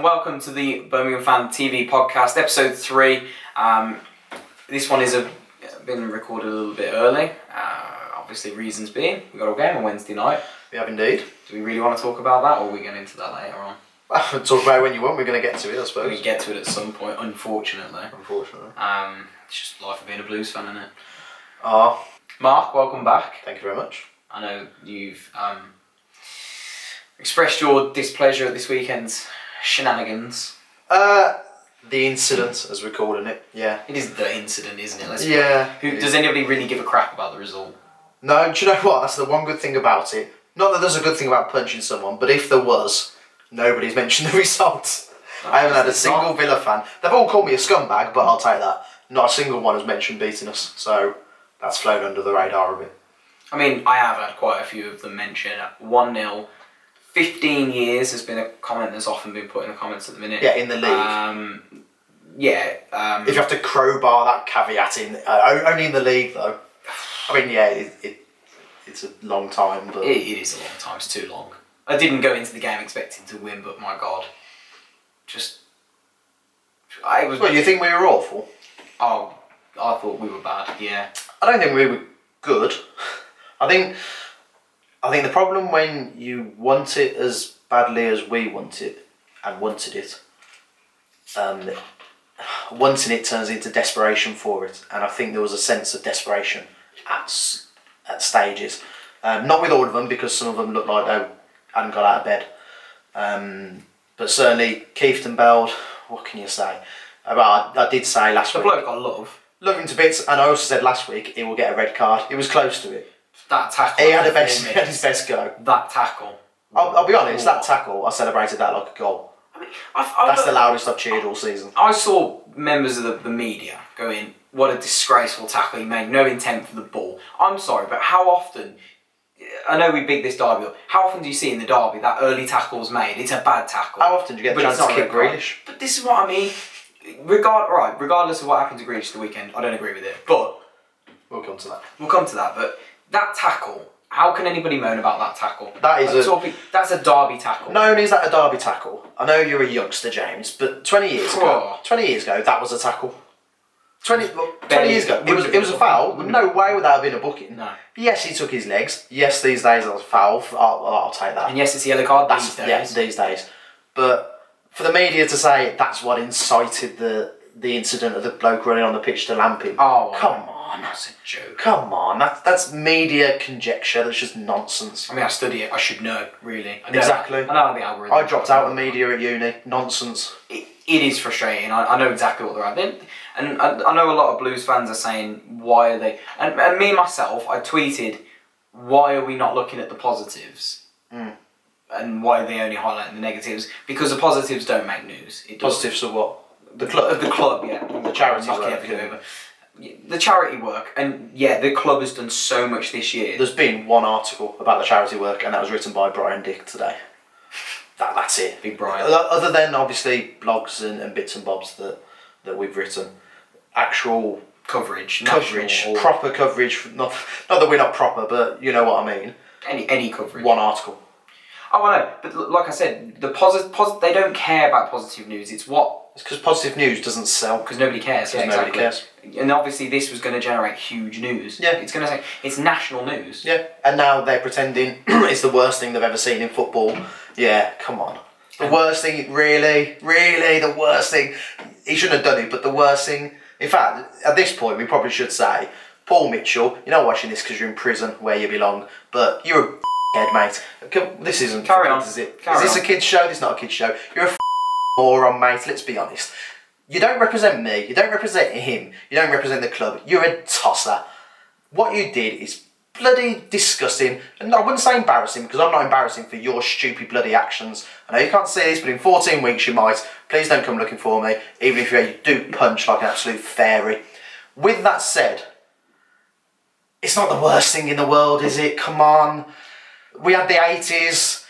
welcome to the Birmingham Fan TV podcast, episode three. Um, this one is a, been recorded a little bit early. Uh, obviously, reasons being we got a game on Wednesday night. We have indeed. Do we really want to talk about that, or are we going into that later on? Well, talk about it when you want. We're going to get to it, I We're going to suppose. get to it at some point, unfortunately. Unfortunately. Um, it's just life of being a Blues fan, isn't it? Ah, Mark, welcome back. thank you very much. I know you've um, expressed your displeasure at this weekend's shenanigans. Uh, the incident, as we're calling it. Yeah. It is the incident, isn't it? Let's be Yeah. Who does anybody really give a crap about the result? No, do you know what? That's the one good thing about it. Not that there's a good thing about punching someone, but if there was, nobody's mentioned the result. I haven't had a There's not. single Villa fan. They've all called me a scumbag, but I'll take that. Not a single one has mentioned beating us, so that's flown under the radar a bit. I mean, I have had quite a few of them mention 1 0. 15 years has been a comment that's often been put in the comments at the minute. Yeah, in the league. Um, yeah, um, If you have to crowbar that caveat in, uh, o- only in the league though. I mean, yeah, it, it it's a long time, but it, it is a long time, it's too long. I didn't go into the game expecting to win, but my god. Just. I was. well, you think we were awful? Oh, I thought we were bad, yeah. I don't think we were good. I think I think the problem when you want it as badly as we want it and wanted it, um, wanting it turns into desperation for it, and I think there was a sense of desperation at s- at stages. Um, not with all of them because some of them looked like they hadn't got out of bed, um, but certainly Keith and Beld. What can you say? Well, I, I did say last The week. bloke I love, Love him to bits, and I also said last week he will get a red card. It was close to it. that tackle. He had, a best, for he me, had his best go. That tackle. I'll, I'll be honest, that tackle, I celebrated that like a goal. I mean, I've, I've That's the loudest I've cheered all season. I saw members of the, the media going, "What a disgraceful tackle he made! No intent for the ball." I'm sorry, but how often? I know we big this derby up. How often do you see in the derby that early tackle's made? It's a bad tackle. How often do you get the But it's chance to not a kick red card. Grealish? But this is what I mean. Regard right, regardless of what happened to Grealish the weekend, I don't agree with it. But We'll come to that. we'll come to that. But that tackle. How can anybody moan about that tackle? That is I'm a- talking- that's a derby tackle. Not only is that a derby tackle, I know you're a youngster, James, but 20 years ago, Oh. 20 years ago, that was a tackle. 20, well, 20 Barely. years ago, it Wouldn't was, have it was a been a foul. No way would that have been a booking. No. Yes, he took his legs. Yes, these days that's a foul. I'll, I'll take that. and yes, it's a yellow card That's, these days. Yeah, these days. But for the media to say that's what incited the the incident of the bloke running on the pitch to lamp him. Oh, I come on, That's a joke. come on. That's that's media conjecture. That's just nonsense. I mean, I study it. I should know, really. I know, Exactly. I know the algorithm. I dropped out of media at uni. Nonsense. It, it is frustrating. I, I know exactly what they're at. Then- And I, I know a lot of Blues fans are saying, why are they... And, and me, myself, I tweeted, why are we not looking at the positives? Hmm. And why are they only highlighting the negatives? Because the positives don't make news. It does. Positives of what? The Of club. the club, yeah. The charity work, everything yeah. over. Yeah, The charity work. And yeah, the club has done so much this year. There's been one article about the charity work, and that was written by Brian Dick today. That, that's it. Big Brian. Other other than obviously blogs and, and bits and bobs that, that we've written, actual coverage. national coverage, or proper coverage. Not, not that we're not proper, but you know what I mean. any, any coverage. One article. Oh, I know, but l- like I said, the positive, posi- they don't care about positive news. It's what It's because positive news doesn't sell. because nobody cares. Yeah, 'Cause nobody exactly. And obviously, this was going to generate huge news. Yeah. it's going to say it's national news. Yeah, and now they're pretending it's the worst thing they've ever seen in football. Yeah, come on. The worst thing, really, really, the worst thing. He shouldn't have done it, but the worst thing. In fact, at this point, we probably should say, Paul Mitchell, you're not watching this because you're in prison where you belong, but you're a head, mate. Come- This isn't for Carry on. kids, is it? Is Carry this on. a kids show? This is not a kids show. You're a moron, mate. Let's be honest. You don't represent me. You don't represent him. You don't represent the club. You're a tosser. What you did is bloody disgusting, and I wouldn't say embarrassing because I'm not embarrassing for your stupid bloody actions. I know you can't see this, but in 14 weeks you might. Please don't come looking for me, even if you do punch like an absolute fairy. With that said, it's not the worst thing in the world, is it? Come on. We had the 80s.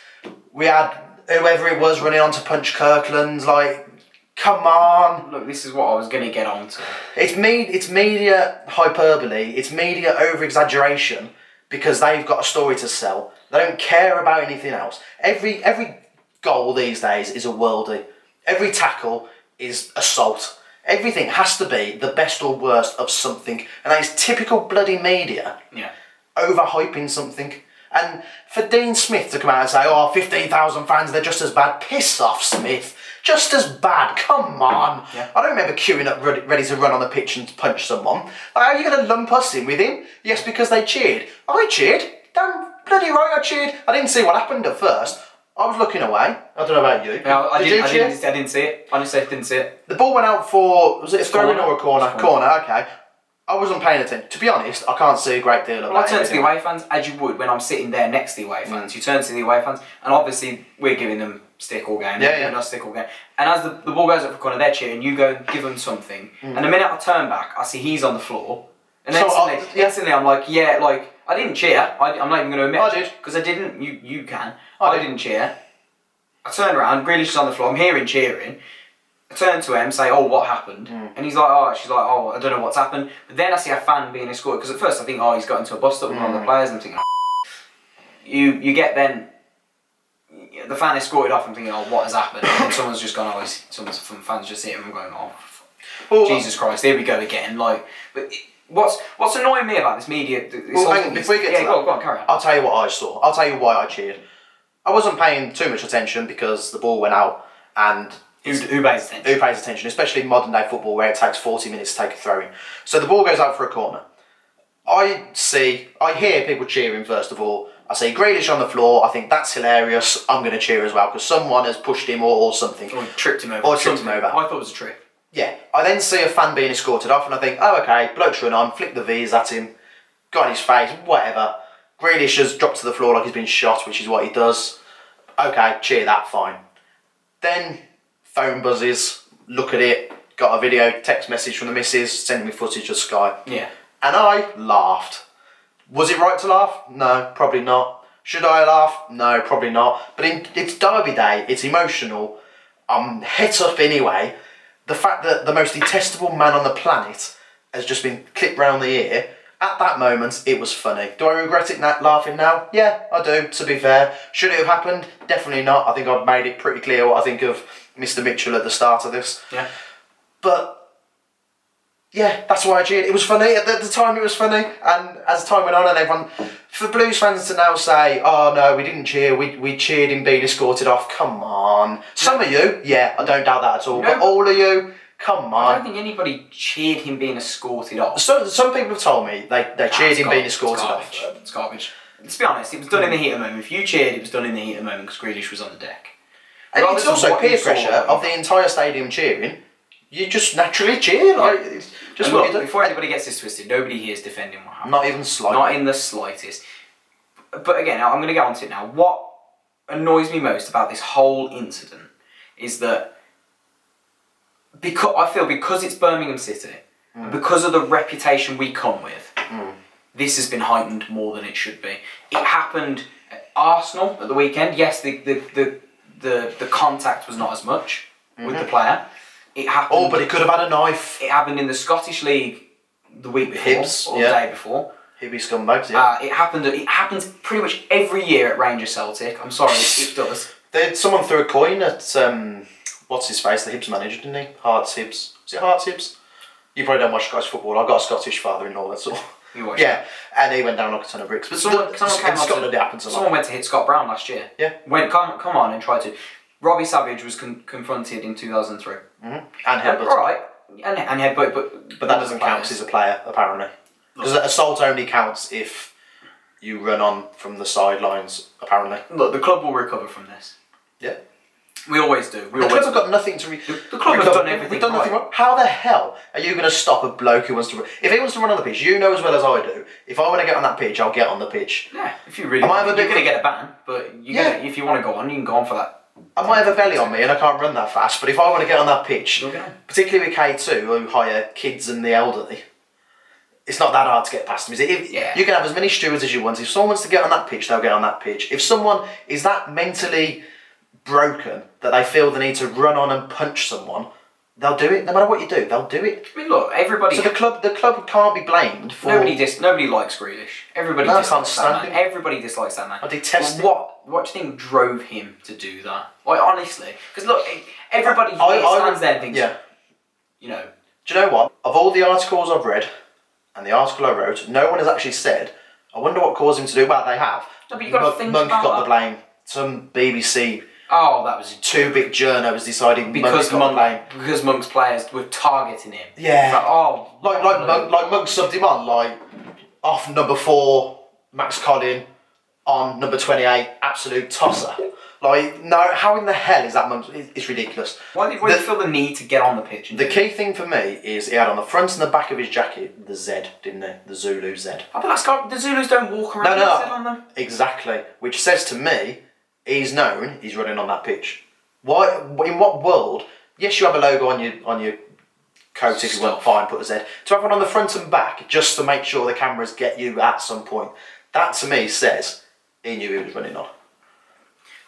We had whoever it was running on to punch Kirkland. Like, come on. Look, this is what I was going to get onto. It's me. It's media hyperbole. It's media over exaggeration because they've got a story to sell. They don't care about anything else. Every every goal these days is a worldie. Every tackle is assault. Everything has to be the best or worst of something, and that is typical bloody media Yeah. overhyping something. And for Dean Smith to come out and say, oh, 15,000 fans, they're just as bad. Piss off, Smith. Just as bad. Come on. Yeah. I don't remember queuing up ready, ready to run on the pitch and punch someone. Like, are you going to lump us in with him? Yes, because they cheered. I cheered. Damn bloody right I cheered. I didn't see what happened at first. I was looking away. I don't know about you. Yeah, I, I Did didn't, you I, cheer? didn't, I didn't see it. Honestly, I didn't see it. The ball went out for was it a throw in Corner. or a corner? Corner. Corner. Okay. I wasn't paying attention. To be honest, I can't see Mm. a great deal of Well, I that turn to the anyway. away fans, as you would when I'm sitting there next to the away fans. You turn to the away fans, and obviously we're giving them stick all game. Yeah, they're yeah. giving us stick all game. And as the, the ball goes up the corner, they're cheering. You go and give them something. And the minute I turn back, I see he's on the floor. And Mm. So, then uh, suddenly, yeah. instantly I'm like, yeah, like I didn't cheer. I, I'm not even going to admit I did. because I didn't. You you can. I I, did. didn't cheer. I turn around. Grealish is on the floor. I'm hearing cheering. I turn to him, say, "Oh, what happened?" Hmm. And he's like, "Oh," she's like, "Oh, I don't know what's happened." But then I see a fan being escorted because at first I think, "Oh, he's got into a bust up with one of the Hmm. players." And I'm thinking, oh, "You, you get then." The fan escorted off. I'm thinking, "Oh, what has happened?" And someone's just gone, "Oh, it's- someone's from fans just hit him." I'm going, "Oh, f- Well, Jesus Christ, here we go again!" Like, but it- what's what's annoying me about this media? th- this Well, whole hang thing on, is- before you get yeah, to go that- on, go on, carry on. I'll tell you what I saw. I'll tell you why I cheered. I wasn't paying too much attention because the ball went out and Who, who pays attention? who pays attention, especially in modern day football where it takes 40 minutes to take a throw in. So the ball goes out for a corner. I see, I hear people cheering first of all. I see Grealish on the floor. I think that's hilarious. I'm going to cheer as well because someone has pushed him or, or something. Or tripped him over. Or tripped him something. over. I thought it was a trip. Yeah, I then see a fan being escorted off, and I think, oh, okay, bloke's run on, flick the V's at him, got in his face, whatever. Grealish has dropped to the floor like he's been shot, which is what he does. Okay, cheer that, fine. Then phone buzzes, look at it, got a video, text message from the missus, sending me footage of Sky. Yeah. And I laughed. Was it right to laugh? No, probably not. Should I laugh? No, probably not. But in, it's Derby Day, it's emotional. I'm hit up anyway. The fact that the most detestable man on the planet has just been clipped round the ear, at that moment it was funny. Do I regret it na- laughing now? Yeah, I do, to be fair. Should it have happened? Definitely not. I think I've made it pretty clear what I think of Mr. Mitchell at the start of this. Yeah. But yeah, that's why I cheered. It was funny at the, the time. It was funny, and as time went on, and everyone for Blues fans to now say, "Oh no, we didn't cheer. We we cheered him being escorted off." Come on, some of you, yeah, I don't doubt that at all. No. But all of you, come I don't on. think anybody cheered him being escorted off. So some people have told me they they cheered It's him gar- being it's escorted garbage. off. It's garbage. Let's be honest, it was done in the heat of the moment. If you cheered, it was done in the heat of the moment because Grealish was on the deck. And Rather it's than also what peer you saw. pressure of the entire stadium cheering. You just naturally cheer, like it's just And what look, you do. before anybody gets this twisted, nobody here is defending what happened. Not even slightly. Not in the slightest. But again, I'm going to get onto it now. What annoys me most about this whole incident is that because I feel because it's Birmingham City, Hmm. and because of the reputation we come with, this has been heightened more than it should be. It happened at Arsenal at the weekend. Yes, the the the the, the contact was not as much with the player. It happened Mm-hmm. oh, but he could have had a knife. it happened in the Scottish League the week before Hibs, or yeah. the day before. He'd be scumbags. Yeah. Uh, it happened. It happens pretty much every year at Rangers Celtic. I'm sorry, it does. They, someone threw a coin at um, what's his face, the Hibs manager, didn't he? Hearts Hibs. Was it Hearts Hibs? You probably don't watch Scottish football. I've got a Scottish father-in-law. That's all. You watch yeah, and he went down like a ton of bricks. But Someone, the- someone came in up to- Scotland it happens a lot. Someone went to hit Scott Brown last year. Yeah. Went come come on and tried to. Robbie Savage was con- confronted in 2003. And And, Herbert, all right, and, and headbutt, but but that doesn't count 'cause he's a player apparently. Because assault only counts if you run on from the sidelines. Apparently. Look, the club will recover from this. Yeah. We always do. We The always club have got nothing to. Re- the club have recover. done everything We've done nothing right. wrong. How the hell are you going to stop a bloke who wants to? Run? If he wants to run on the pitch, you know as well as I do. If I want to get on that pitch, I'll get on the pitch. Yeah, if you really, Am I you're having a bit- going to get a ban, but you Yeah. gonna, if you want to go on, you can go on for that. I might have a belly on me and I can't run that fast, but if I want to get on that pitch, You'll get on. particularly with K2, who hire kids and the elderly, it's not that hard to get past them, is it? If, Yeah. You can have as many stewards as you want. If someone wants to get on that pitch, they'll get on that pitch. If someone is that mentally broken that they feel the need to run on and punch someone, They'll do it no matter what you do. They'll do it. I mean, look, everybody. So the club, the club can't be blamed for. Nobody dis- nobody likes Grealish. Everybody No, I can't dislikes that stand man. Everybody dislikes that man. I detest Well, what what do you think drove him to do that? Like honestly, because look, e- everybody I- here I- stands there and thinks, Yeah. you know, Do you know what? Of all the articles I've read, and the article I wrote, no one has actually said. I wonder what caused him to do. Well, they have. No, but you've gotta Mon- think Monkey about got that. the blame. Some BBC oh, that was two bit journo was deciding Monkey's because got Monk the blame. because Monk's players were targeting him. Yeah. It's Like, oh, Like like Monk, like Monk subbed him on like off number four Max Collin on number twenty eight absolute tosser. Like no, how in the hell is that Monk? it- It's ridiculous. Why did, why The- did you feel the need to get on the pitch? And The do key thing for me is he had on the front and the back of his jacket the Z, didn't he? The Zulu Z. Oh, but that's got, the Zulus don't walk around No, with no, a Z on them. Exactly. Which says to me, he's known he's running on that pitch. Why? In what world? Yes, you have a logo on your on your coat if you want. Stuff. Fine, put a Z. To have one on the front and back just to make sure the cameras get you at some point. That to me says he knew he was running on.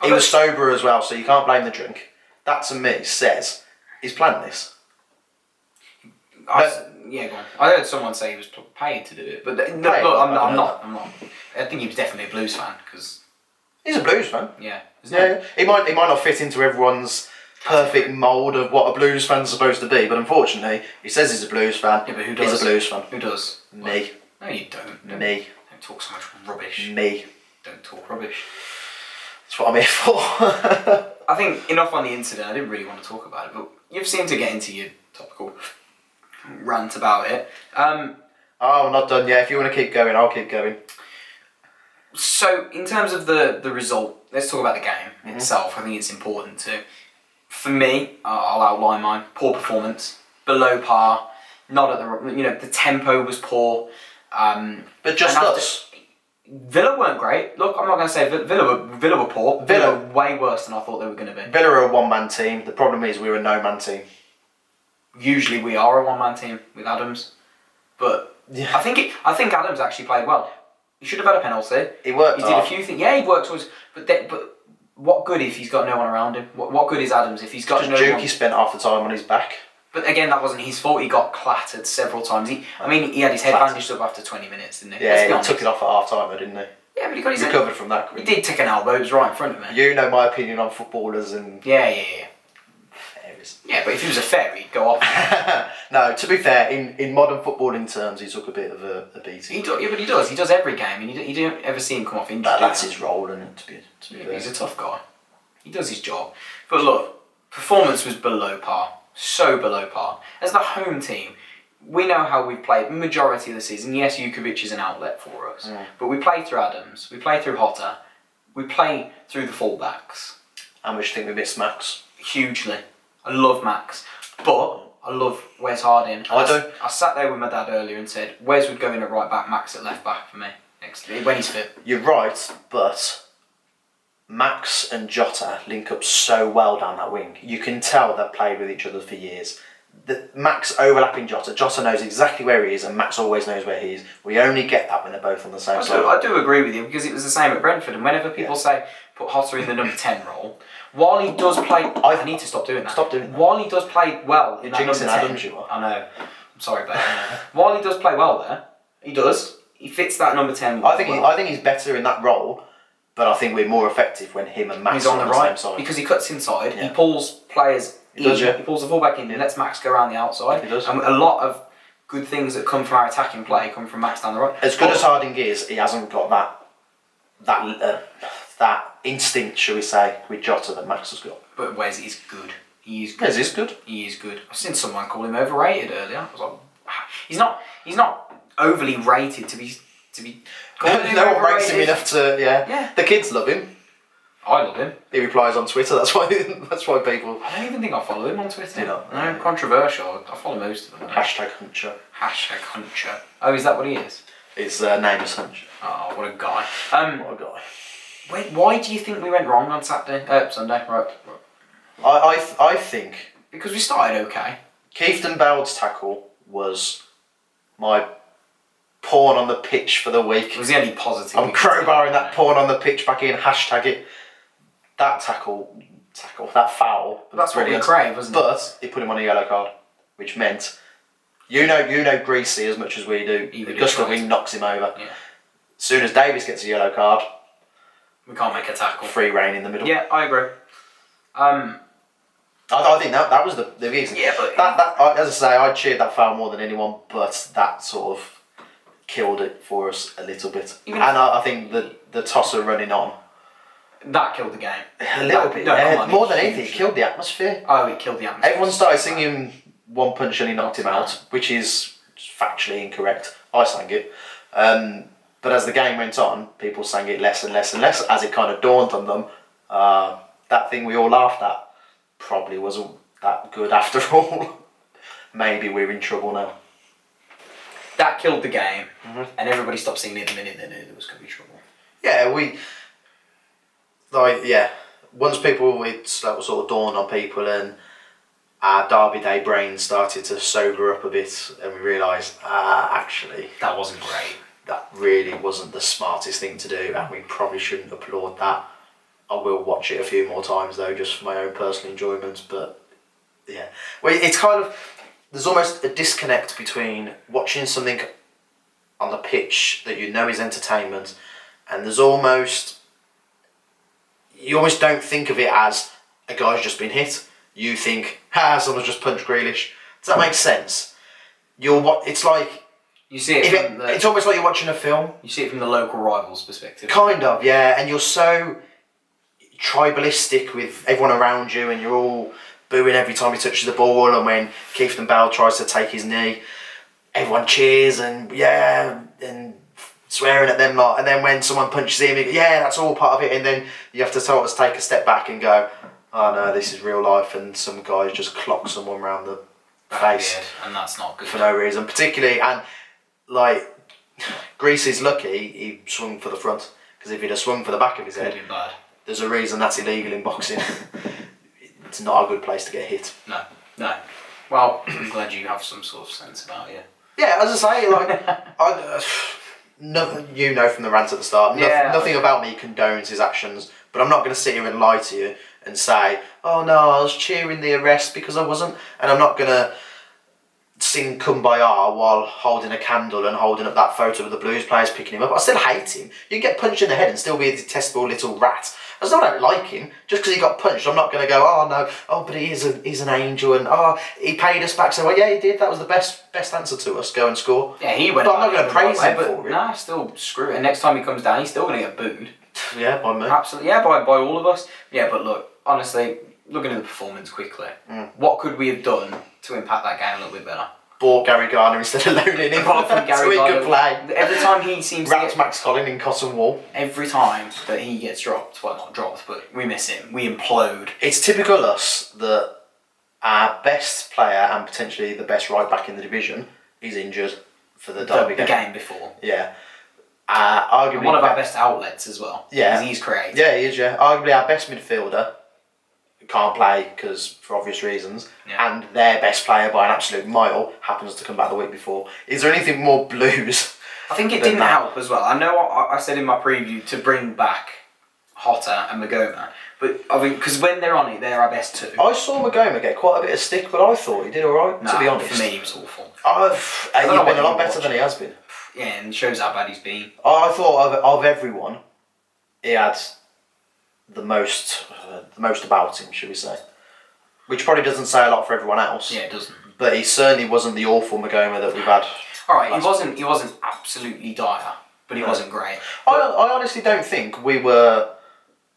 He Okay. was sober as well, so you can't blame the drink. That to me says he's planned this. I s- yeah, go on. I heard someone say he was p- paid to do it, but th- no, Paid? look, I'm, I don't I'm know. not. I'm not. I think he was definitely a Blues fan because He's a blues fan. yeah, there's no- Yeah, he might he might not fit into everyone's perfect mould of what a blues fan's supposed to be, but unfortunately, he says he's a blues fan. Yeah, but who He's does? a blues fan. Who does? Me, No, you don't. Don't, me, don't talk so much rubbish. me. Don't talk rubbish. That's what I'm here for. I think enough on the incident. I didn't really want to talk about it, but you've seemed to get into your topical rant about it. Um, oh, I'm not done yet. If you want to keep going, I'll keep going. So, in terms of the, the result, let's talk about the game itself. I think it's important to. For me, I- I'll outline mine. Poor performance, below par, not at the you know the tempo was poor. Um, But just And after- us. Villa weren't great. Look, I'm not going to say Vi- Villa were Villa were poilla Villa- were way worse than I thought they were going to be. Villa are a one man team. The problem is we're a no man team. Usually, we are a one man team with Adams, but Yeah. I think it, I think Adams actually played well. He should have had a penalty. He worked He did a hard. few things. Yeah, he worked towards. But then, but what good if he's got no one around him? What, what good is Adams if he's got Just no Juki one? spent half the time on his back. But again, that wasn't his fault. He got clattered several times. He, I mean, he had his head Clattered. bandaged up after twenty minutes, didn't he? Let's be Yeah, he honest. took it off at half time, didn't he? Yeah, but he got his. Head, Recovered from that. he did take an elbow. It was right in front of me. You know my opinion on footballers and Yeah, yeah, yeah. Yeah, but if he was a fairy, he'd go off. no, to be fair, in, in modern footballing terms, he took a bit of a, a beating. he do, yeah, but he does. He does every game, and you, don't- you don't ever see him come off injured. That- do that's you? his role, and to be to be Yeah, fair. He's a tough guy. He does his job. But look, performance was below par. So below par. As the home team, we know how we've played majority of the season. Yes, Jukovic is an outlet for us. Mm. But we play through Adams, we play through Hotter, we play through the fullbacks. How much do you think we miss Max? Hugely. I love Max. But I love Wes Harding. I do. I sat there with my dad earlier and said, Wes would go in at right back, Max at left back for me. Next when he's fit. You're right, but Max and Jota link up so well down that wing. You can tell they've played with each other for years. The, Max overlapping Jota. Jota knows exactly where he is, and Max always knows where he is. We only get that when they're both on the same I do, side. I do agree with you because it was the same at Brentford, and whenever people say put Hotter in the number ten role, while he does play, I, need to stop doing that. Stop doing that. While he does play well in that jinxing number ten, Adams, you are. I know. I'm sorry, but I know. while he does play well there, he does. He fits that number ten. I think he, well. I think he's better in that role, but I think we're more effective when him and Max he's are on the right same side. because he cuts inside. He Yeah. pulls players. He does, in, yeah. He pulls the fullback in and lets Max go around the outside. He does. And a lot of good things that come from our attacking play come from Max down the right. As good But- as Harding is, he hasn't got that that uh, that instinct, shall we say, with Jota that Max has got. but Wes is good. He is good. Yes, he's good. He is good. I've seen someone call him overrated earlier. I was like, "Wow." he's not. He's not overly rated to be to be. called no one rates him overrated. enough to yeah. Yeah. The kids love him. I love him. He replies on Twitter. That's why. That's why people I don't even think I follow him on Twitter. You don't? No, controversial. I follow most of them. hashtag Huncher. Hashtag Huncher. Oh, is that what he is? His uh, name is Huncher. Oh, what a guy. Um, What a guy. wait, why do you think we went wrong on Saturday? Uh, Sunday, right? right. I I, th- I think Because we started okay. Keefton Bowd's tackle was my pawn on the pitch for the week. It was the only positive. I'm we could take. crowbarring that porn on the pitch back in. Hashtag it. That tackle tackle, that foul. That's what we brilliant. crave, isn't it? But he put him on a yellow card, which meant you know you know Greasy as much as we do. He really Augusta tried. Wing knocks him over. Yeah. Soon as Davis gets a yellow card, We can't make a tackle. free reign in the middle. Yeah, I agree. Um, I, I think that, that was the, the reason. Yeah, but- that, that I, as I say, I cheered that foul more than anyone, but that sort of killed it for us a little bit. Even and I, I think the the tosser running on that killed the game. a little That- bit no, yeah, come on, more it than anything, it hugely- killed the atmosphere. Oh, it killed the atmosphere. Everyone started singing One Punch and he knocked him out, which is factually incorrect. I sang it. Um, but as the game went on, people sang it less and less and less as it kind of dawned on them. Uh, that thing we all laughed at probably wasn't that good after all. Maybe we're in trouble now. That killed the game, Mm-hmm. and everybody stopped singing it the minute they knew there was going to be trouble. Yeah, we. Like, yeah. Once people, it's like sort of dawned on people, and our Derby Day brain started to sober up a bit, and we realised, ah, actually, That wasn't great. that really wasn't the smartest thing to do, and we probably shouldn't applaud that. I will watch it a few more times though, just for my own personal enjoyment. But yeah, well, it's kind of there's almost a disconnect between watching something on the pitch that you know is entertainment, and there's almost you almost don't think of it as a guy's just been hit. You think, ha, someone's just punched Grealish. Does that make sense? You're what it's like. You see it, If from it, the it's almost like you're watching a film. you see it from the local rivals' perspective. Kind of, yeah. And you're so tribalistic with everyone around you, and you're all booing every time he touches the ball. And when Keith and Bell tries to take his knee, everyone cheers and yeah, and swearing at them lot. And then when someone punches him, you- yeah, that's all part of it. And then you have to sort of take a step back and go, oh no, this is real life. And some guys just clock someone round the That face weird, and that's not good. for no reason, particularly and like Greece is lucky he swung for the front because if he'd have swung for the back of his Could've head, been bad. there's a reason that's illegal in boxing. it's not a good place to get hit. No, no. Well, I'm glad you have some sort of sense about you. Yeah, as I say, like I, uh, no, you know from the rant at the start, noth- Yeah. nothing about me condones his actions, but I'm not going to sit here and lie to you and say, oh no, I was cheering the arrest because I wasn't, and I'm not going to sing Kumbaya while holding a candle and holding up that photo of the Blues players picking him up. I still hate him. You can get punched in the head and still be a detestable little rat. I still don't like him. Just because he got punched, I'm not going to go, oh no, oh, but he is a, he's an angel and oh, he paid us back. So, well, yeah, he did. That was the best best answer to us. Go and score. Yeah, he went. But I'm about not going it the to right praise him way, for but it. Nah, still screw it. And next time he comes down, he's still going to get booed. Yeah, by me. Absolutely, yeah, by, by all of us. Yeah, but look, honestly, looking at the performance quickly, Mm. what could we have done to impact that game a little bit better? Bought Gary Garner instead of loaning him. Apart from Gary so he Gardner, could play. every time he seems to Wrapped get, Max Collin in cotton wool. every time that he gets dropped, well not dropped, but we miss him, we implode. It's typical us that our best player and potentially the best right back in the division is injured for the The, derby the game. game before, Yeah. Uh, arguably and one of be- our best outlets as well. Yeah. because he's creative. Yeah, he is. Yeah, arguably our best midfielder can't play because for obvious reasons, Yeah. and their best player by an absolute mile happens to come back the week before. Is there anything more blues? I think it than didn't that? help as well. I know I, I said in my preview to bring back Hotter and Magoma, but I mean because when they're on it, they're our best two. I saw Magoma get quite a bit of stick, but I thought he did all right. Nah, Oh, to be honest, for me, he was awful. I've, uh, he's don't know been a what you lot better than he has been. Yeah, and shows how bad he's been. I thought of, of everyone, he had the most uh, the most about him, should we say? Which probably doesn't say a lot for everyone else. Yeah, it doesn't. But he certainly wasn't the awful Magoma that we've had. All right, Last- he wasn't. He wasn't absolutely dire, but he wasn't great. I, I honestly don't think we were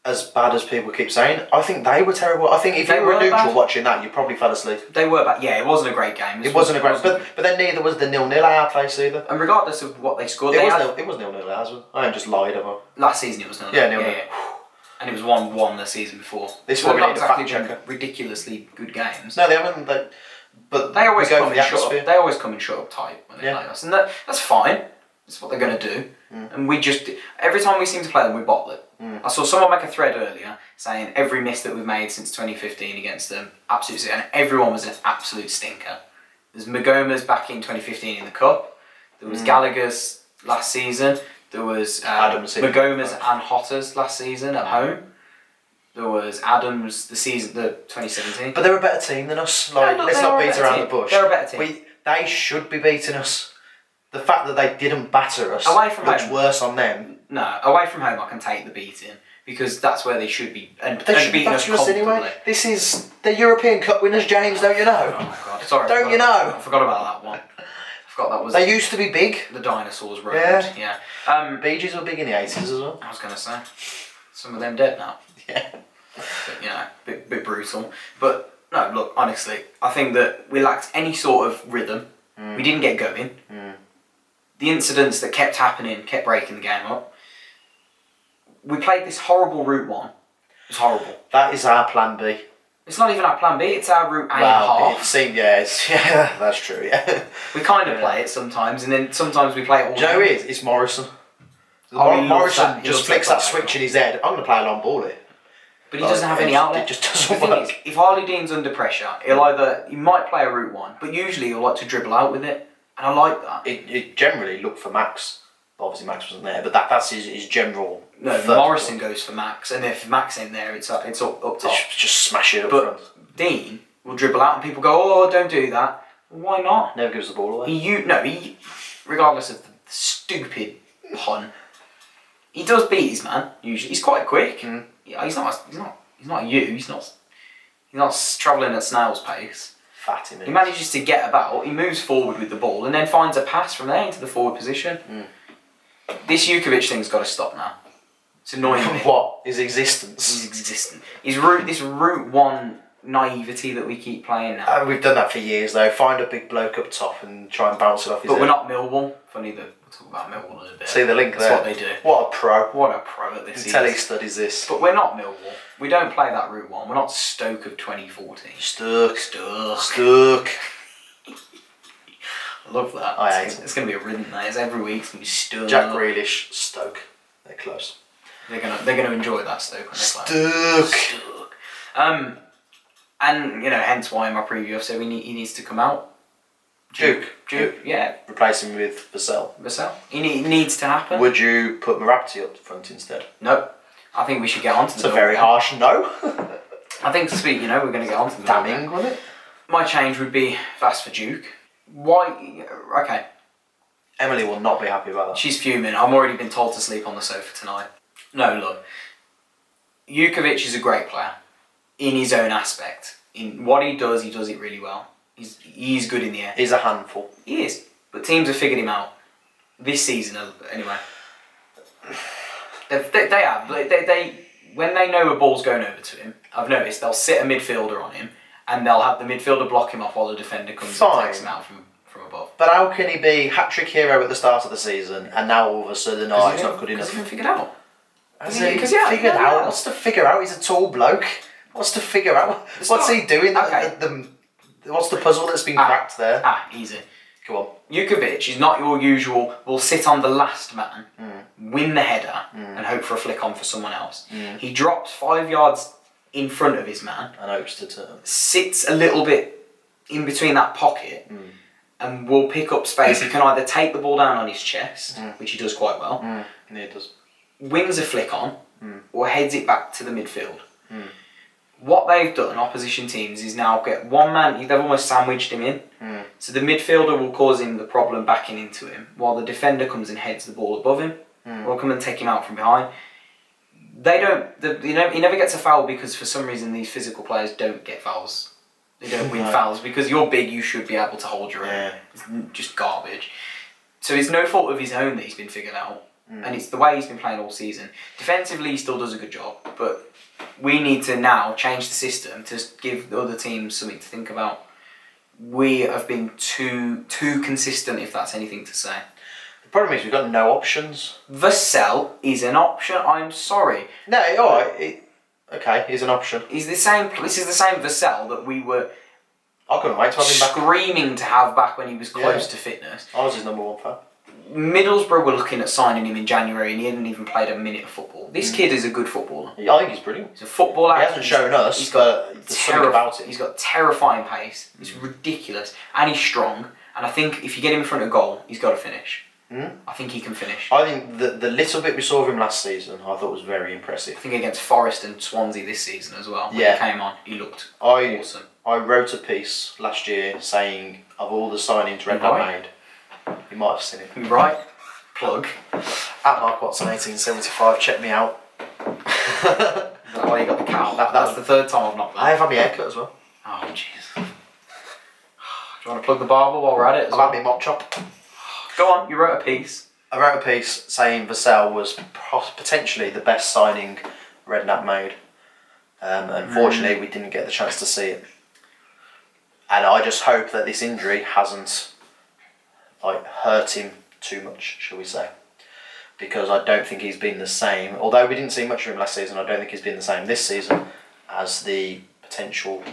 as bad as people keep saying. I think they were terrible. I think if They you were, were neutral bad. watching that, you probably fell asleep. They were, but yeah, it wasn't a great game. It wasn't a great, but but then neither was the nil nil at our place either. and regardless of what they scored, It they was had, nil, it was nil nil at ours. wasn't it? I am just lied have I? last season it was nil. Yeah, nil-nil. And it was one one the season before. This is Well, why we not need a fact exactly been checker. ridiculously good games. No, they haven't. They, but They always we go come for and the shut atmosphere. up. They always come and shut up tight when they Yeah. Mm. play us, and that, that's fine. That's what they're gonna do. And we just every time we seem to play them, we bottle it. I saw someone make a thread earlier saying every miss that we've made since 2015 against them, absolutely, and everyone was an absolute stinker. There's Magoma's back in 2015 in the cup. There Mm. was Gallagher's last season. There was um, Adams in- Magoma's and Hotter's last season at home. There was Adams the season the 2017. But they're a better team than us. Like, look, let's they not are a beat better around team. the bush. They're a better team. We, they should be beating us. The fact that they didn't batter us Away from looks home. worse on them. no, away from home I can take the beating because that's where they should be and They and should be beating us battering us comfortably. anyway. This is the European Cup winners, James. Don't you Oh know? my god! Sorry, I Don't forgot you about- know? I forgot about that one. I forgot that was They used to be big. the dinosaurs road. Yeah. Yeah. Um, Bee Gees were big in the eighties as well. I was gonna say some of them dead now. Yeah. but, you know, bit, bit brutal. But no, look, honestly, I think that we lacked any sort of rhythm. We didn't get going. Hmm. The incidents that kept happening kept breaking the game up. We played this horrible route one. It's horrible. That is our plan B. It's not even our plan B. It's our route A and a it half. seemed yeah, it's, yeah, that's true. Yeah. We kind of Yeah. play it sometimes, and then sometimes we play it all. Do you know who game. it is? It's Morrison. Oh, he loves Morrison that- he just loves flicks that that play. switch in his head. I'm gonna play a long ball here. But he doesn't Like, have any it just- outlet. it just doesn't the thing is, work. if Harley Dean's under pressure, he'll either he might play a route one, but usually he'll like to dribble out with it, and I like that. It, it generally looked for Max. Obviously Max wasn't there, but that that's his, his general. No, first Morrison one. goes for Max, and if Max in there, it's up, it's up, up top. Just, just smash it up But- front. Dean will dribble out, and people go, "Oh, don't do that." Why not? Never gives the ball away. He, you no, he, regardless of the stupid pun, he does beat his man. Usually, he's quite quick. Yeah, he's not. He's not. He's not you. He's not. He's not traveling at snail's pace. Fat him. He in. manages to get about, he moves forward with the ball, and then finds a pass from there into the forward position. Hmm. This Jukovic thing's got to stop now. It's annoying me. What his existence? His existence. His root, this route one naivety that we keep playing now. Uh, we've done that for years though. Find a big bloke up top and try and bounce it off his but head. we're not Millwall. Funny that we'll talk about Millwall in a bit. See the link That's there. what they do. What a pro. What a pro at this Telly is. studies this. But we're not Millwall. We don't play that route one. We're not Stoke of 2014. Stuck. Stoke. Stuck. I love that. I hate it's, it. it's going to be a rhythm there. It's every week. It's going to be Stoke. Jack Grealish. Stoke. They're close. They're going to they're gonna enjoy that Stoke. when they play. Stuck. Stuck. Um, and you know, hence why in my preview I've said we need, he needs to come out. Duke. Duke, yeah, Replace him with Vassell. Vassell. He ne- needs to happen. Would you put Marapti up front instead? nope. I think we should get onto It's the. a very Millwall. harsh no. I think to speak, you know, we're going to get onto the. Millwall. Damning, wasn't it? My change would be Vass for Duke. Why? Okay, Emily will not be happy about that. she's fuming. I'm already been told to sleep on the sofa tonight. No, look. Jukovic is a great player in his own aspect. In what he does, he does it really well. He's, he's good in the air. He's a handful. He is. But teams have figured him out this season, uh, anyway. They've, they, they have. They, they, they- when they know a ball's going over to him, I've noticed they'll sit a midfielder on him and they'll have the midfielder block him off while the defender comes Fine. and takes him out from, from above. But how can he be hat trick hero at the start of the season and now all of a sudden, oh, he's not good Because enough? he hasn't figured out. Has he- he 'cause, yeah, figured yeah, out? yeah. What's to figure out? He's a tall bloke. What's to figure out? It's what's not- he doing? that- okay. the- the- what's the puzzle that's been Ah. cracked there? Ah, easy. Come on. Jukovic is not your usual, will sit on the last man, win the header, and hope for a flick on for someone else. He drops five yards in front of his man, and hopes to turn. sits a little bit in between that pocket and will pick up space. he can either take the ball down on his chest, which he does quite well, And it does. wings a flick on, or heads it back to the midfield. What they've done, opposition teams, is now get one man, they've almost sandwiched him in. So the midfielder will cause him the problem backing into him, while the defender comes and heads the ball above him, or come and take him out from behind. They don't, the, you know, he never gets a foul because for some reason these physical players don't get fouls. They don't win No. fouls because you're big, you should be able to hold your own. Yeah. It's n- just garbage. So it's no fault of his own that he's been figured out, Mm. and it's the way he's been playing all season. Defensively, he still does a good job, but we need to now change the system to s- give the other teams something to think about. We have been too too consistent, if that's anything to say. The problem is we've got no options. Vassell is an option. I'm sorry. No, all right. It, okay, he's an option. He's the same. This is the same Vassell that we were I couldn't wait to have him back. screaming to have back when he was close Yeah. to fitness. I was his number one fan. Middlesbrough were looking at signing him in January, and he hadn't even played a minute of football. This kid is a good footballer. Yeah, I think he's brilliant. He's a footballer. Hmm. He hasn't shown us, He's got but there's something terri- about Hmm. it. He's got terrifying pace. He's ridiculous, and he's strong. And I think if you get him in front of goal, he's got to finish. Mm. I think he can finish. I think the, the little bit we saw of him last season, I thought was very I impressive. think against Forest and Swansea this season as well. When Yeah. he came on, he looked I awesome. I wrote a piece last year saying of all the signings Right. Red Dog made, you might have seen it. Right, plug. At Mark Watson, eighteen seventy five. Check me out. I That's why you got the cow. That- that's the third time I've knocked that. have had my haircut as well. Oh jeez. Do you want to plug the barber while we're at it? as I've well? had my mop chop. Go on. You wrote a piece. I wrote a piece saying Vassell was pos- potentially the best signing Redknapp made. Um, Mm. unfortunately, we didn't get the chance to see it. And I just hope that this injury hasn't like hurt him too much, shall we say. Because I don't think he's been the same. Although we didn't see much of him last season, I don't think he's been the same this season as the potential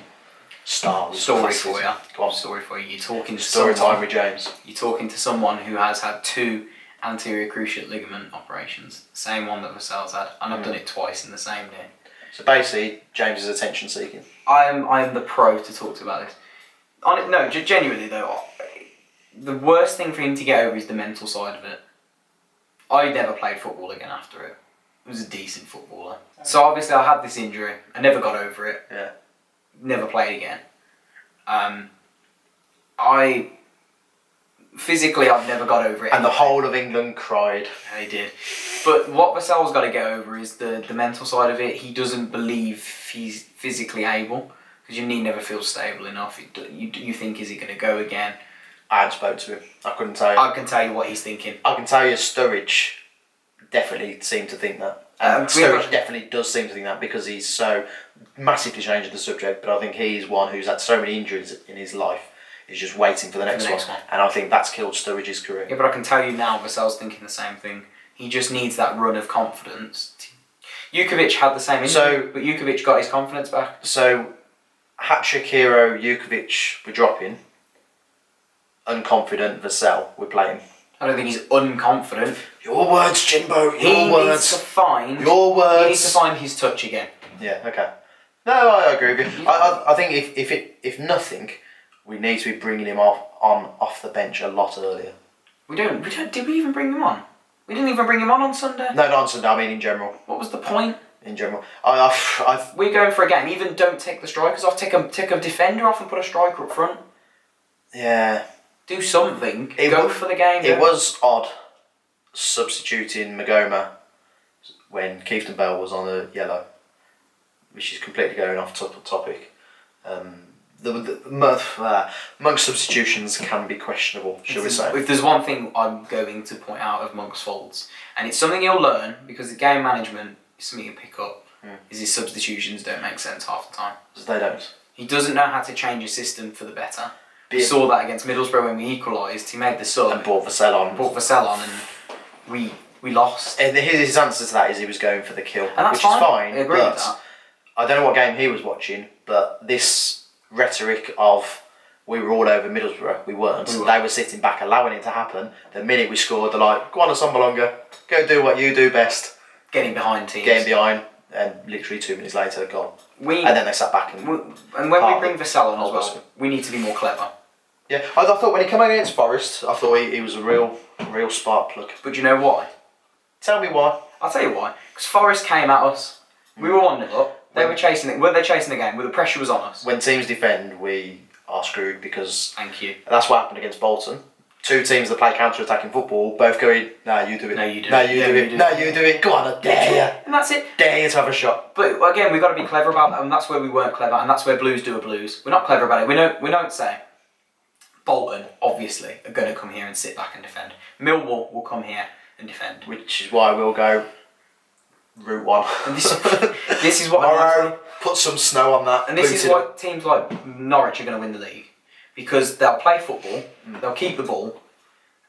star. of this Story last for season. you. Go on. Story for you. You're talking to Story time someone. with James. You're talking to someone who has had two anterior cruciate ligament operations. Same one that Vassell's had, and I've done it twice in the same day. So basically, James is attention seeking. I'm I'm the pro to talk to about this. On it, no, ge- genuinely though, I- the worst thing for him to get over is the mental side of it. I never played football again after it. I was a decent footballer. So obviously I had this injury. I never got over it. Yeah. Never played again. Um, I physically I've never got over it. And the whole of England cried. They did. But what Vassell's got to get over is the, the mental side of it. He doesn't believe he's physically able because your knee never feels stable enough. It, do- you, you think, is he going to go again? I had spoke to him. I couldn't tell you. I, I can tell you what he's thinking. can tell you Sturridge definitely seemed to think that. Um, And we have Sturridge a- definitely does seem to think that because he's so massively changed the subject, but I think he's one who's had so many injuries in his life. He's just waiting for the next, next one. one. And I think that's killed Sturridge's career. Yeah, but I can tell you now Vassell's thinking the same thing. He just needs that run of confidence. Jukovic had the same injury, So- but Jukovic got his confidence back. So, Hattrick, Hero, Jukovic were dropping. Unconfident, Vassell, we're playing. I don't think he's unconfident. Your words, Jimbo, your He needs words. to find. your words. He needs to find his touch again. Yeah. Okay. No, I agree with you. I, I, I think if, if it if nothing, we need to be bringing him off on off the bench a lot earlier. We don't. We don't. Did we even bring him on? We didn't even bring him on on Sunday. No, not on Sunday. I mean, in general, What was the point? in general. I, I've, I've We're going for a game. Even don't take the strikers off. Take a take a defender off and put a striker up front. yeah. Do something. It Go wa- for the game. It was odd substituting Magoma when Keefton Bell was on the yellow, which is completely going off top topic. Um, the, the Monk uh, Monk's substitutions can be questionable, shall we say? If there's one thing I'm going to point out of Monk's faults, and it's something you'll learn because the game management is something you pick up, Hmm. is his substitutions don't make sense half the time. They don't. He doesn't know how to change a system for the better. We Yeah. saw that against Middlesbrough when we equalised. He made the And sub, brought Vassell on. brought Vassell on, and we we lost. And his his answer to that is he was going for the kill, And that's which fine. is fine. I agree but with that. I don't know what game he was watching, but this rhetoric of we were all over Middlesbrough, we weren't. We weren't. They were sitting back, allowing it to happen. The minute we scored, they're like, "Go on, Asombalonga, go do what you do best." Getting behind teams. Getting behind, and literally two minutes later, gone. we, And then they sat back and we and when we Partly. bring Vassell on as Obviously. well, we need to be more clever. yeah. I, I thought when he came out against Forest, I thought he, he was a real, real spark plug. But do you know why? Tell me why. I'll tell you why. Because Forest came at us. We were one 0 up. They When- were chasing it. Were they chasing the game? Well, the pressure was on us. When teams defend, we are screwed because Thank you. And that's what happened against Bolton. Two teams that play counter-attacking football, both going, "No, you do it. No, you do No, it. you No, do you it. do No, it." you do it. Go on, I dare you. And that's it. Dare you to have a shot." But again, we've got to be clever about that, and that's where we weren't clever, and that's where Blues do a Blues. We're not clever about it. We know we don't say. Bolton obviously are going to come here and sit back and defend. Millwall will come here and defend. Which is why we'll go route one. And this, this is what I'm Morrow, put some snow on that. And this boot is it why up. teams like Norwich are going to win the league because they'll play football, Mm. they'll keep the ball,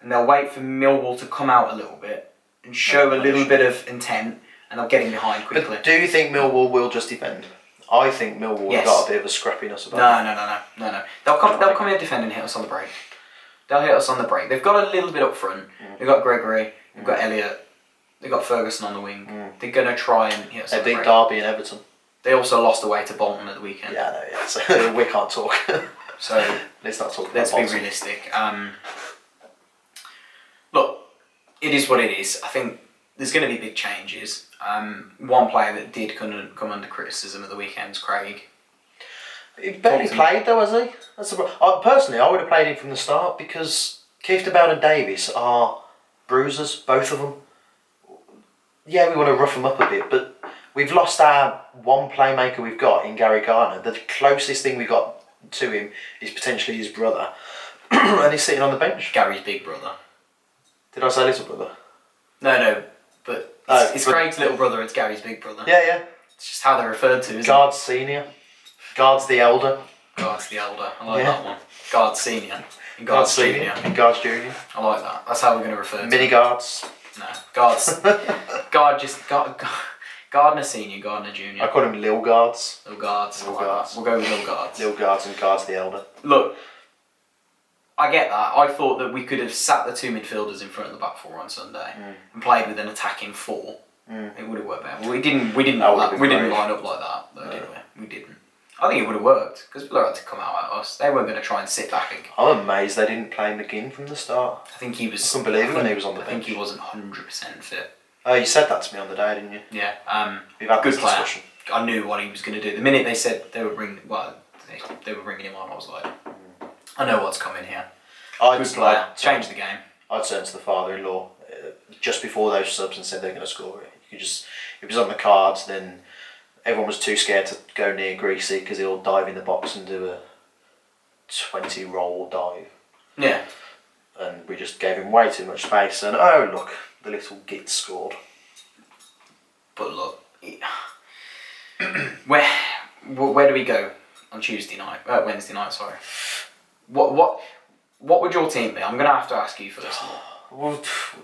and they'll wait for Millwall to come out a little bit and show a little bit of intent, and they'll get in behind quickly. But do you think Millwall will just defend? I think Millwall have Yes. got a bit of a scrappiness about. No, no, no, no, no, no. They'll come. They'll come here defend and hit us on the break. They'll hit us on the break. They've got a little bit up front. Mm. They've got Gregory. They've got Elliot. They've got Ferguson on the wing. They're gonna try and hit us. Mm. They on the beat break. Derby and Everton. They also lost away to Bolton at the weekend. Yeah, I know. Yeah, so we can't talk. So Let's not talk. let's about be Bolton. realistic. Um, look, it is what it is. I think there's going to be big changes. Um, one player that did come, come under criticism at the weekend is Craig. He barely Thompson. played though, has he? That's the pro- I, personally, I would have played him from the start because Keith DeBell and Davis are bruisers, both of them. Yeah, we want to rough them up a bit, but we've lost our one playmaker we've got in Gary Garner. The closest thing we got to him is potentially his brother, and he's sitting on the bench. Gary's big brother. Did I say little brother? No, no, but it's, Oh, it's but- Craig's little brother. It's Gary's big brother. Yeah, yeah. It's just how they're referred to. Isn't it? Guards senior, guards the elder, Guards the elder. I like Yeah. that one. Guard senior. And guard junior. guards junior, I like that. That's how we're going to refer to mini guards. No. Guards. guard just. Guard, guard, Gardner senior, Gardner junior. I call them lil guards, Little guards. I Little like that. guards. We'll go with little guards. lil guards, and guards the elder. Look, I get that. I thought that we could have sat the two midfielders in front of the back four on Sunday Mm. and played with an attacking four. It would have worked better. Well, we didn't. We didn't. That would have Like, we been didn't great. line up like that, though, did we? We didn't. I think it would have worked because Blair had to come out at us. They weren't going to try and sit back. And, I'm amazed they didn't play McGinn from the start. I think he was. I couldn't believe it when he was on the I think bench. he wasn't hundred percent fit. Oh, you said that to me on the day, didn't you? Yeah. Um. We've had Good this player. discussion. I knew what he was going to do. The minute they said they were bringing, well, they, they were bringing him on. I was like, I know what's coming here. Mm. I'd, Good player. I'd, Change the game. I'd turned to the father-in-law uh, just before those subs and said they're going to score it. You could just it was on the cards. Then everyone was too scared to go near Greasy because he'll dive in the box and do a twenty roll dive, Yeah. and we just gave him way too much space. And oh look, the little git scored. But look, it- where wh- where do we go on Tuesday night? Uh, Wednesday night, sorry. What what what would your team be? I'm gonna have to ask you first. of all. Well, pff,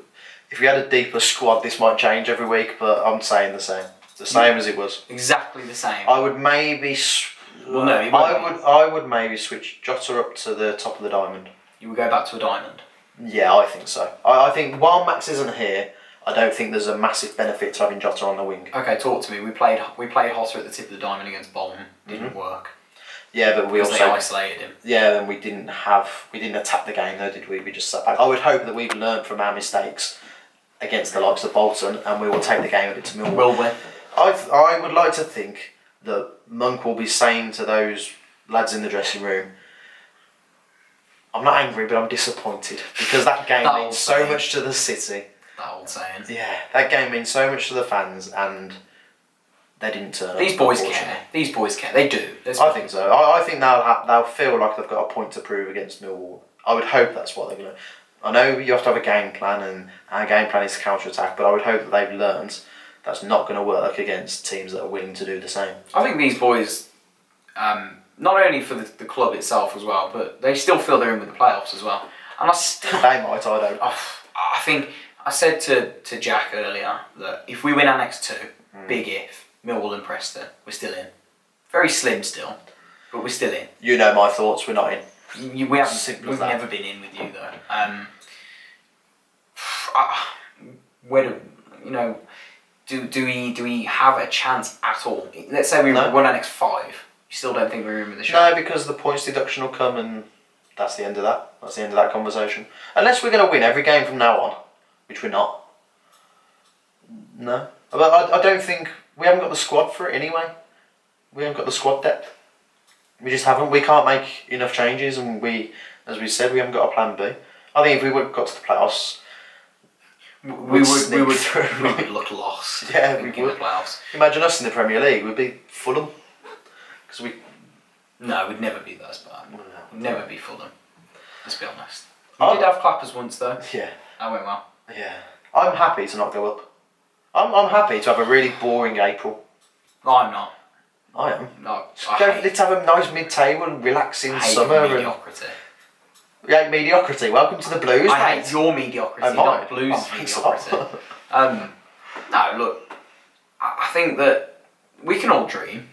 if we had a deeper squad, this might change every week, but I'm saying the same, the same as it was. Exactly the same. I would maybe. s Well, no, he won't I be. would. I would maybe switch Jota up to the top of the diamond. You would go back to a diamond. Yeah, I think so. I, I think while Max isn't here, I don't think there's a massive benefit to having Jota on the wing. Okay, talk to me. We played we played Hotter at the tip of the diamond against Bolton. Didn't work Yeah, but Mm-hmm. we because they also. isolated him. Yeah, then we didn't have we didn't attack the game though, did we? We just sat back. I would hope that we've learned from our mistakes against the likes of Bolton, and we will take the game a bit to Millwall. Will we? I, th- I would like to think that Monk will be saying to those lads in the dressing room, I'm not angry, but I'm disappointed because that game That means was so saying. much to the city. That old saying. Yeah, that game means so much to the fans, and they didn't turn These up. boys unfortunately. care. These boys care. They do. Let's I think so. I, I think they'll ha- they'll feel like they've got a point to prove against Millwall. I would hope that's what they're going to. I know you have to have a game plan, and our game plan is counter attack. But I would hope that they've learned that's not going to work against teams that are willing to do the same. I think these boys, um, not only for the, the club itself as well, but they still feel they're in with the playoffs as well. And I still, They might. I don't. I I think I said to, to Jack earlier that if we win our next two, big if, Millwall and Preston, we're still in. Very slim still, but we're still in. You know my thoughts. We're not in. You- We haven't, Simple we've as that. never been in with you though. Um, I, where do you know? Do, do we do we have a chance at all? Let's say we No. won our next five. You still don't think we're in with the show? No, because the points deduction will come, and that's the end of that. That's the end of that conversation. Unless we're going to win every game from now on, which we're not. No, but I, I don't think we haven't got the squad for it anyway. We haven't got the squad depth. We just haven't. We can't make enough changes, and we, as we said, we haven't got a plan B. I think if we would have got to the playoffs, we would we sneak would, through. we would look lost. Yeah, we in the would. playoffs. imagine us in the Premier League, we'd be Fulham. Because we, No, we'd never be those bad. No. We'd never be Fulham. Let's be honest. We Oh. did have clappers once though. yeah. That went Oh, well. Yeah. I'm happy to not go up. I'm, I'm happy to have a really boring April. No, I'm not. I am. No, I Go, hate, let's have a nice mid-table and relaxing I hate summer. your And, mediocrity. yeah, mediocrity. Welcome to the blues, I mate. hate your mediocrity, Oh, mine? not Blues' Oh, thanks a lot. mediocrity. um, no, look, I, I think that we can all dream.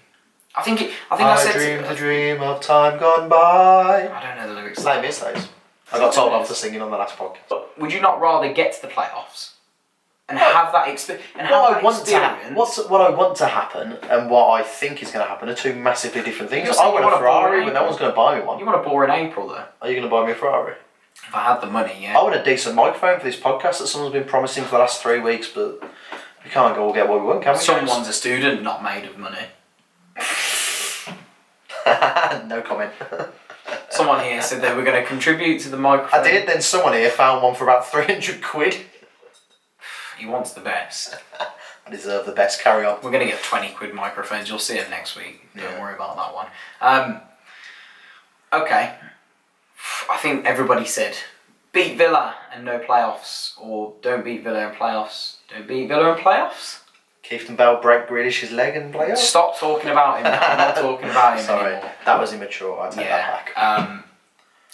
I think it, I think I, I said. dreamed to, a dream of time gone by. I don't know the lyrics. Same is those. I got told off for singing on the last podcast. But would you not rather get to the playoffs and have that experience? And have What I that want to experience? happen, what's what I want to happen, and what I think is going to happen are two massively different things. You're I saying want you a want a boring Ferrari, but no April. one's going to buy me You one. want to bore in April though. Are you going to buy me a Ferrari? If I had the money, yeah. I want a decent microphone for this podcast that someone's been promising for the last three weeks, but we can't all get what we want, can we? Someone's a student, not made of money. James? no comment. Someone here said they were going to contribute to the microphone. I did, then someone here found one for about 300 quid. He wants the best. I deserve the best carry on. We're going to get 20 quid microphones. You'll see it next week. Don't worry about that one. Um, okay. I think everybody said beat Villa and no playoffs, or don't beat Villa and playoffs. Don't beat Villa and playoffs? Keith Bell break Grealish's leg and play off. Stop talking about him. I'm not talking about him Sorry, anymore. that was immature. I take Yeah. that back. Um,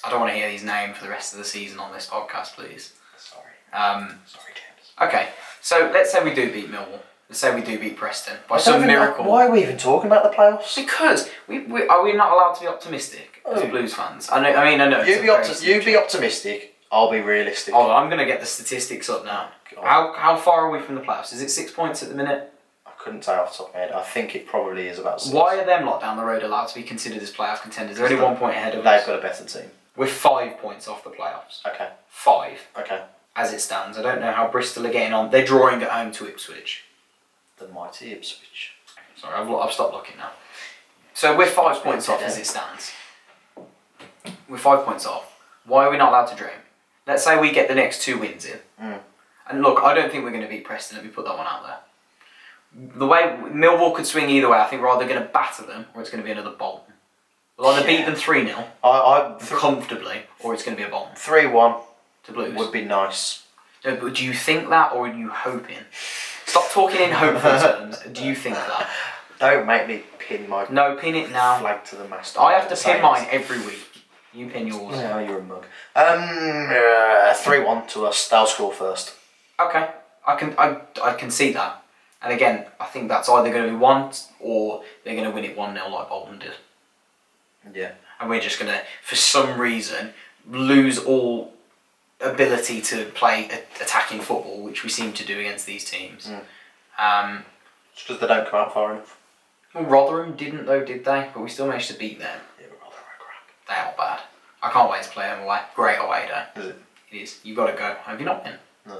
I don't want to hear his name for the rest of the season on this podcast, please. Sorry, Um, sorry, James. okay, so let's say we do beat Millwall. Let's say we do beat Preston by I don't some even know- miracle. why are we even talking about the playoffs? Because we, we are we not allowed to be optimistic as Oh. Blues fans. I know. I mean, I know. it's You a be, very opti- you subjective- be optimistic. I'll be realistic. Hold on, I'm going to get the statistics up now. God. How how far are we from the playoffs? Is it six points at the minute? I couldn't say off the top of my head. I think it probably is about six. Why are them lot down the road allowed to be considered as playoff contenders? They're only Because one point ahead of They've us. got a better team. We're five points off the playoffs. Okay. Five. Okay. as it stands. I don't know how Bristol are getting on. They're drawing at home to Ipswich. The mighty Ipswich. Sorry, I've, lo- I've stopped looking now. So we're five points off as it stands. We're five points off. Why are we not allowed to dream? Let's say we get the next two wins in. Mm. And look, I don't think we're going to beat Preston. Let me put that one out there. The way Millwall could swing either way, I think we're either going to batter them or it's going to be another Bolton. We'll either Yeah. beat them 3 0 I, I th- comfortably or it's going to be a Bolton three one to Blues. would be nice. No, but do you think that or are you hoping? Stop talking in hopeful terms. Do you think that? Don't make me pin my No, pin it now. flag to the mast. I have to Say pin it. mine every week. You pin yours. No, you're a mug. Um, three one to us. They'll score first. Okay, I can I, I can see that. And again, I think that's either going to be one or they're going to win it 1 0 like Bolton did. Yeah. And we're just going to, for some reason, lose all ability to play a- attacking football, which we seem to do against these teams. Um, It's because they don't come out far enough. well, Rotherham didn't, though, did they? But we still managed to beat them. Yeah, we're all right, They are bad. I can't wait to play them away. Great away day. crap. Is it? It is. You've got to go. Have you not been? No.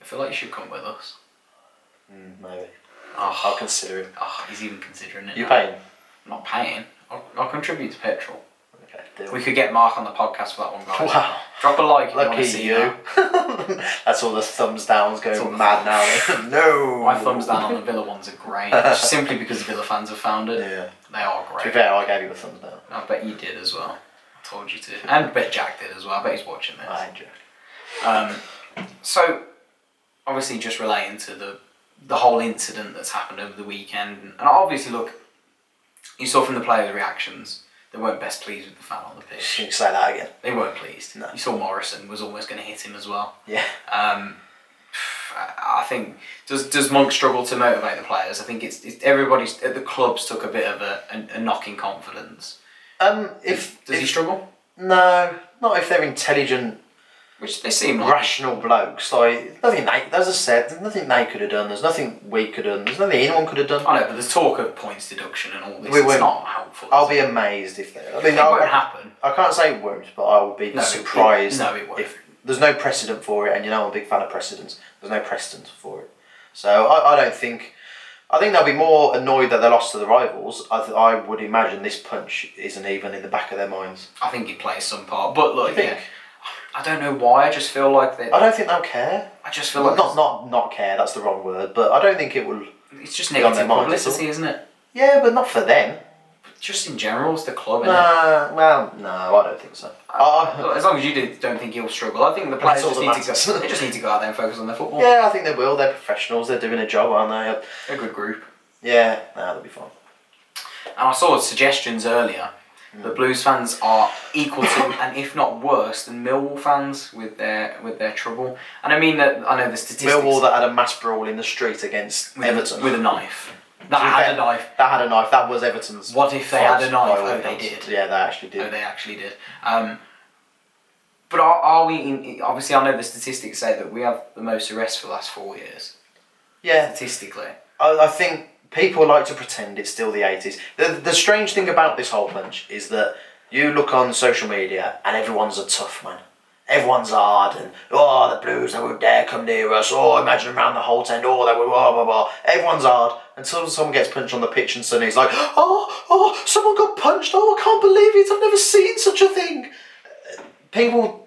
I feel like you should come with us. Mm, maybe. Oh, I'll consider it. oh he's even considering it. Ah. You now. paying? I'm not paying. I'll, I'll contribute to petrol. Okay. Deal. We could get Mark on the podcast for that one, guys. Wow. Drop a like if you want Lucky to see you. that. That's all the thumbs downs That's all the going mad now. no. My thumbs down on the Villa ones are great. Just simply because Villa fans have found it. Yeah. They are To be great. fair, I gave you a thumbs down. I bet you did as well. I told you to. And I bet Jack did as well. I bet he's watching this. I enjoy. Um, so, obviously, just relating to the the whole incident that's happened over the weekend, and obviously, look, you saw from the players' reactions, they weren't best pleased with the fan on the pitch. Should you say that again? They weren't pleased. No. You saw Morrison was almost going to hit him as well. Yeah. Um, I I think does does Monk struggle to motivate the players? I think it's, it's everybody's at the clubs took a bit of a, a, a knock in confidence. Um, if does he if- struggle? no, not if they're intelligent, Which they seem like. rational blokes. Like nothing they, as I said, there's nothing they could have done. There's nothing we could have done. There's nothing anyone could have done. I know, but the talk of points deduction and all this, We it's won't- not helpful. I'll is it? be amazed if they. I mean, It won't I, happen. I can't say it won't, but I will be No, it- surprised. no, it won't. If there's no precedent for it, and you know I'm a big fan of precedents. There's no precedent for it, so I, I don't think. I think they'll be more annoyed that they lost to the rivals. I, th- I would imagine this punch isn't even in the back of their minds. I think it plays some part, but look, think? yeah, I don't know why. I just feel like that. I don't think they'll care. I just feel Well, like not not not care. That's the wrong word, but I don't think it will. it's just on negative their mind, publicity, isn't it? Yeah, but not for them. Just in general, it's the club. innit? Nah, well, no, I don't think so. I, Look, as long as you do, don't think he'll struggle, I think the players That's all just that need to matters. go. They just need to go out there and focus on their football. yeah, I think they will. They're professionals. They're doing a job, aren't They're a good group. they? Yeah, nah, that'll be fine. And I saw suggestions earlier Mm. that Blues fans are equal to, and if not worse, than Millwall fans with their with their trouble. And I mean that I know the statistics. Millwall that had a mass brawl in the street against with, Everton. with a knife. That had a knife. That had a knife. That was Everton's. What if they fault had a knife? by all Oh, they accounts. did. Yeah, they actually did. No, they actually did. Um, but are, are we? In, obviously, I know the statistics say that we have the most arrests for the last four years. Yeah, Statistically, I, I think people like to pretend it's still the 80s. The, the strange thing about this whole bunch is that you look on social media and everyone's a tough man. everyone's hard and oh the blues they won't dare come near us oh imagine around the whole tent oh they will blah blah blah everyone's hard until someone gets punched on the pitch and suddenly it's like oh oh someone got punched oh I can't believe it I've never seen such a thing people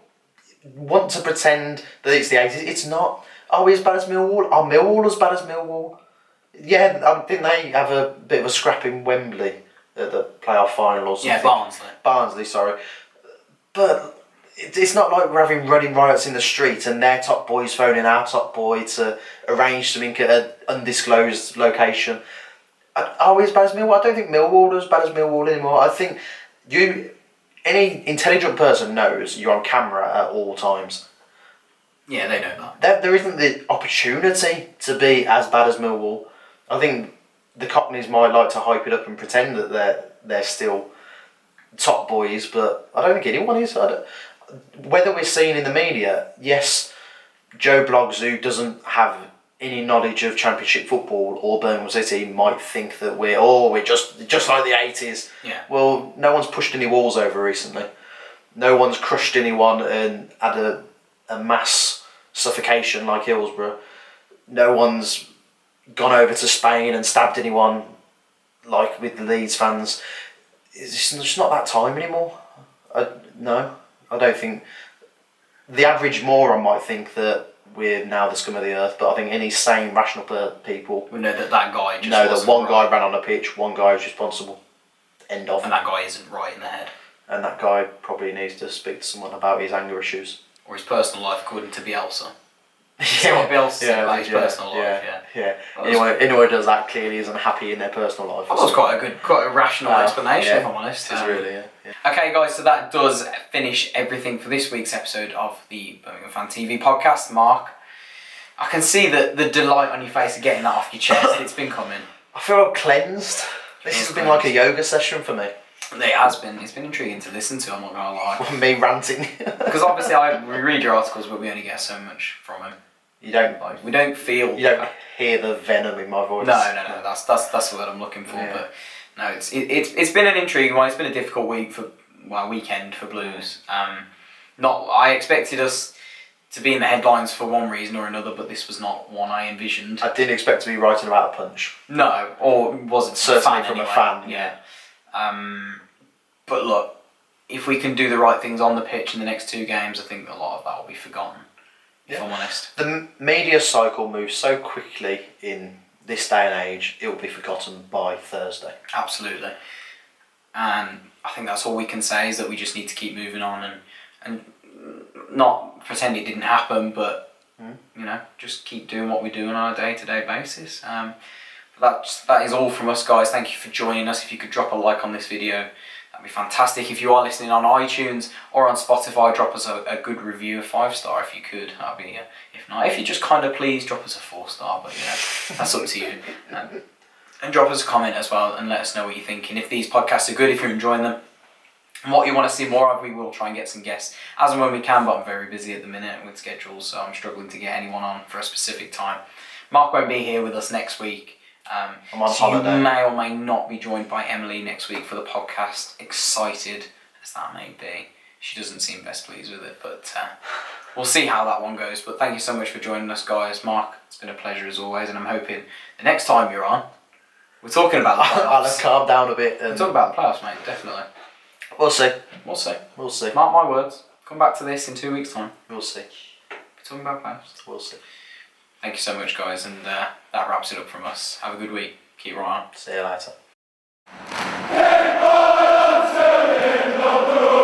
want to pretend that it's the 80s it's not are we as bad as Millwall are Millwall as bad as Millwall yeah I think they have a bit of a scrap in Wembley at the playoff final or something Yeah, Barnsley. Barnsley, sorry. But it- it's not like we're having running riots in the street and their top boy's phoning our top boy to arrange something at an undisclosed location. Uh, Are are we as bad as Millwall? I don't think Millwall are as bad as Millwall anymore. I think you, any intelligent person knows you're on camera at all times. Yeah, they know that. There, there isn't the opportunity to be as bad as Millwall. I think the Cockneys might like to hype it up and pretend that they're they're still top boys, but I don't think anyone is. I don't- whether we're seen in the media, yes, Joe Bloggs, who doesn't have any knowledge of Championship football or Birmingham City, might think that we're oh we're just just like the eighties. Yeah. Well, no one's pushed any walls over recently. No one's crushed anyone and had a, a mass suffocation like Hillsborough. No one's gone over to Spain and stabbed anyone like with the Leeds fans. It's just- it's not that time anymore. I, no, I don't think. The average moron might think that we're now the scum of the earth, but I think any sane, rational per- people We know that that guy just know that wasn't one right, guy ran on a pitch, one guy is responsible. End of. and that guy isn't right in the head And that guy probably needs to speak to someone about his anger issues. or his personal life, according to Bielsa. Yeah. what Bielsa said about his personal life, yeah. Yeah. That was- Anyone, anyone who does that clearly isn't happy in their personal life. That was quite a good, quite a rational explanation, yeah. if I'm honest. It's Um, really, yeah. yeah. Okay, guys, so that does finish everything for this week's episode of the Birmingham Fan TV podcast. Mark, I can see the, the delight on your face of getting that off your chest. it's been coming. I feel I'm cleansed. This has been like a yoga session for me. It has been. It's been intriguing to listen to, I'm not going to lie. me ranting. Because obviously, I, we read your articles, but we only get so much from them. you don't Like, we don't feel. you don't hear the venom in my voice. No, no, no. That's that's that's the word I'm looking for. Yeah. But no, it's it, it's it's been an intriguing one. It's been a difficult week for well weekend for Blues. Um, not I expected us to be in the headlines for one reason or another, but this was not one I envisioned. I didn't expect to be writing about a punch. No, or wasn't Certainly from a anyway. fan, Yeah. Um, but look, if we can do the right things on the pitch in the next two games, I think a lot of that will be forgotten. If Yeah. I'm honest. The m- media cycle moves so quickly in this day and age, it will be forgotten by Thursday. Absolutely. And I think that's all we can say is that we just need to keep moving on and and not pretend it didn't happen, but you know, just keep doing what we do on a day to day basis. Um, but that's that is all from us, guys. Thank you for joining us. If you could drop a like on this video, that'd be fantastic. If you are listening on iTunes or on Spotify, drop us a, a good review, a five star if you could. That'd be uh, if not, if you just kind of please drop us a four star, but you know, that's up to you. Um, and drop us a comment as well and let us know what you're thinking. If these podcasts are good, if you're enjoying them, and what you want to see more of, we will try and get some guests as and when we can. But I'm very busy at the minute with schedules, so I'm struggling to get anyone on for a specific time. Mark won't be here with us next week. Um, I'm on so holiday. you may or may not be joined by Emily next week for the podcast. Excited as that may be, she doesn't seem best pleased with it, but uh, we'll see how that one goes. But thank you so much for joining us, guys. Mark, it's been a pleasure as always, and I'm hoping the next time you're on, we're talking about the I'll have playoffs. calmed down a bit We're talking and about the playoffs, mate. Definitely. we'll see. We'll see. We'll see. Mark my words. Come back to this in two weeks' time. We'll see. We're talking about playoffs. We'll see. Thank you so much, guys, and uh, that wraps it up from us. Have a good week. Keep right on. See you later. Hey, Bayern, Sven, in the blue.